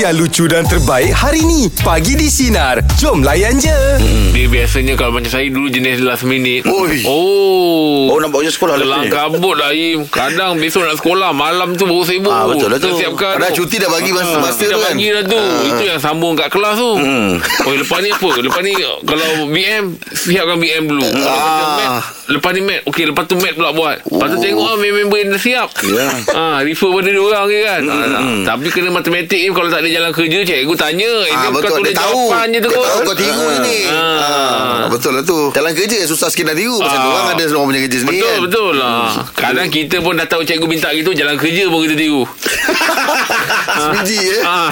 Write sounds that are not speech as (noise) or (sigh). yang lucu dan terbaik hari ni. Pagi di Sinar. Jom layan je. Hmm. Dia biasanya kalau macam saya dulu jenis last minute. Oi. Oh. Oh, nak bawa je sekolah last Kelang minute. kabut lah Im. Kadang besok nak sekolah malam tu baru sibuk. Ah, betul lah Dah tu. siapkan. Padahal cuti dah bagi masa- Ah, masa dah tu kan. bagi dah tu. Ah. Itu yang sambung kat kelas tu. Hmm. Oh, lepas ni apa? Lepas ni kalau BM siapkan BM dulu. Kalau Ah. macam mat, Lepas ni mat. Okey, lepas tu mat pula buat. Lepas tu Oh. tengok ah member yang dah siap. Ya. Hmm, Ah, refer pada dia orang je kan. Ah, Tapi kena matematik Im kalau tak ada jalan kerja cikgu tanya. Eh, dia Ah, bukan betul tulis dia tahu. jawapan je tu Dia tahu kot. kau tiru Ah. je ni. Ah. Ah, betul lah tu. Dalam kerja yang susah sikit nak tiru pasal Ah. orang ada orang punya kerja sendiri. Betul kan. betul lah Kadang kita pun dah tahu cikgu minta gitu Jalan (laughs) kerja pun kita tiru Sebiji eh. Ah.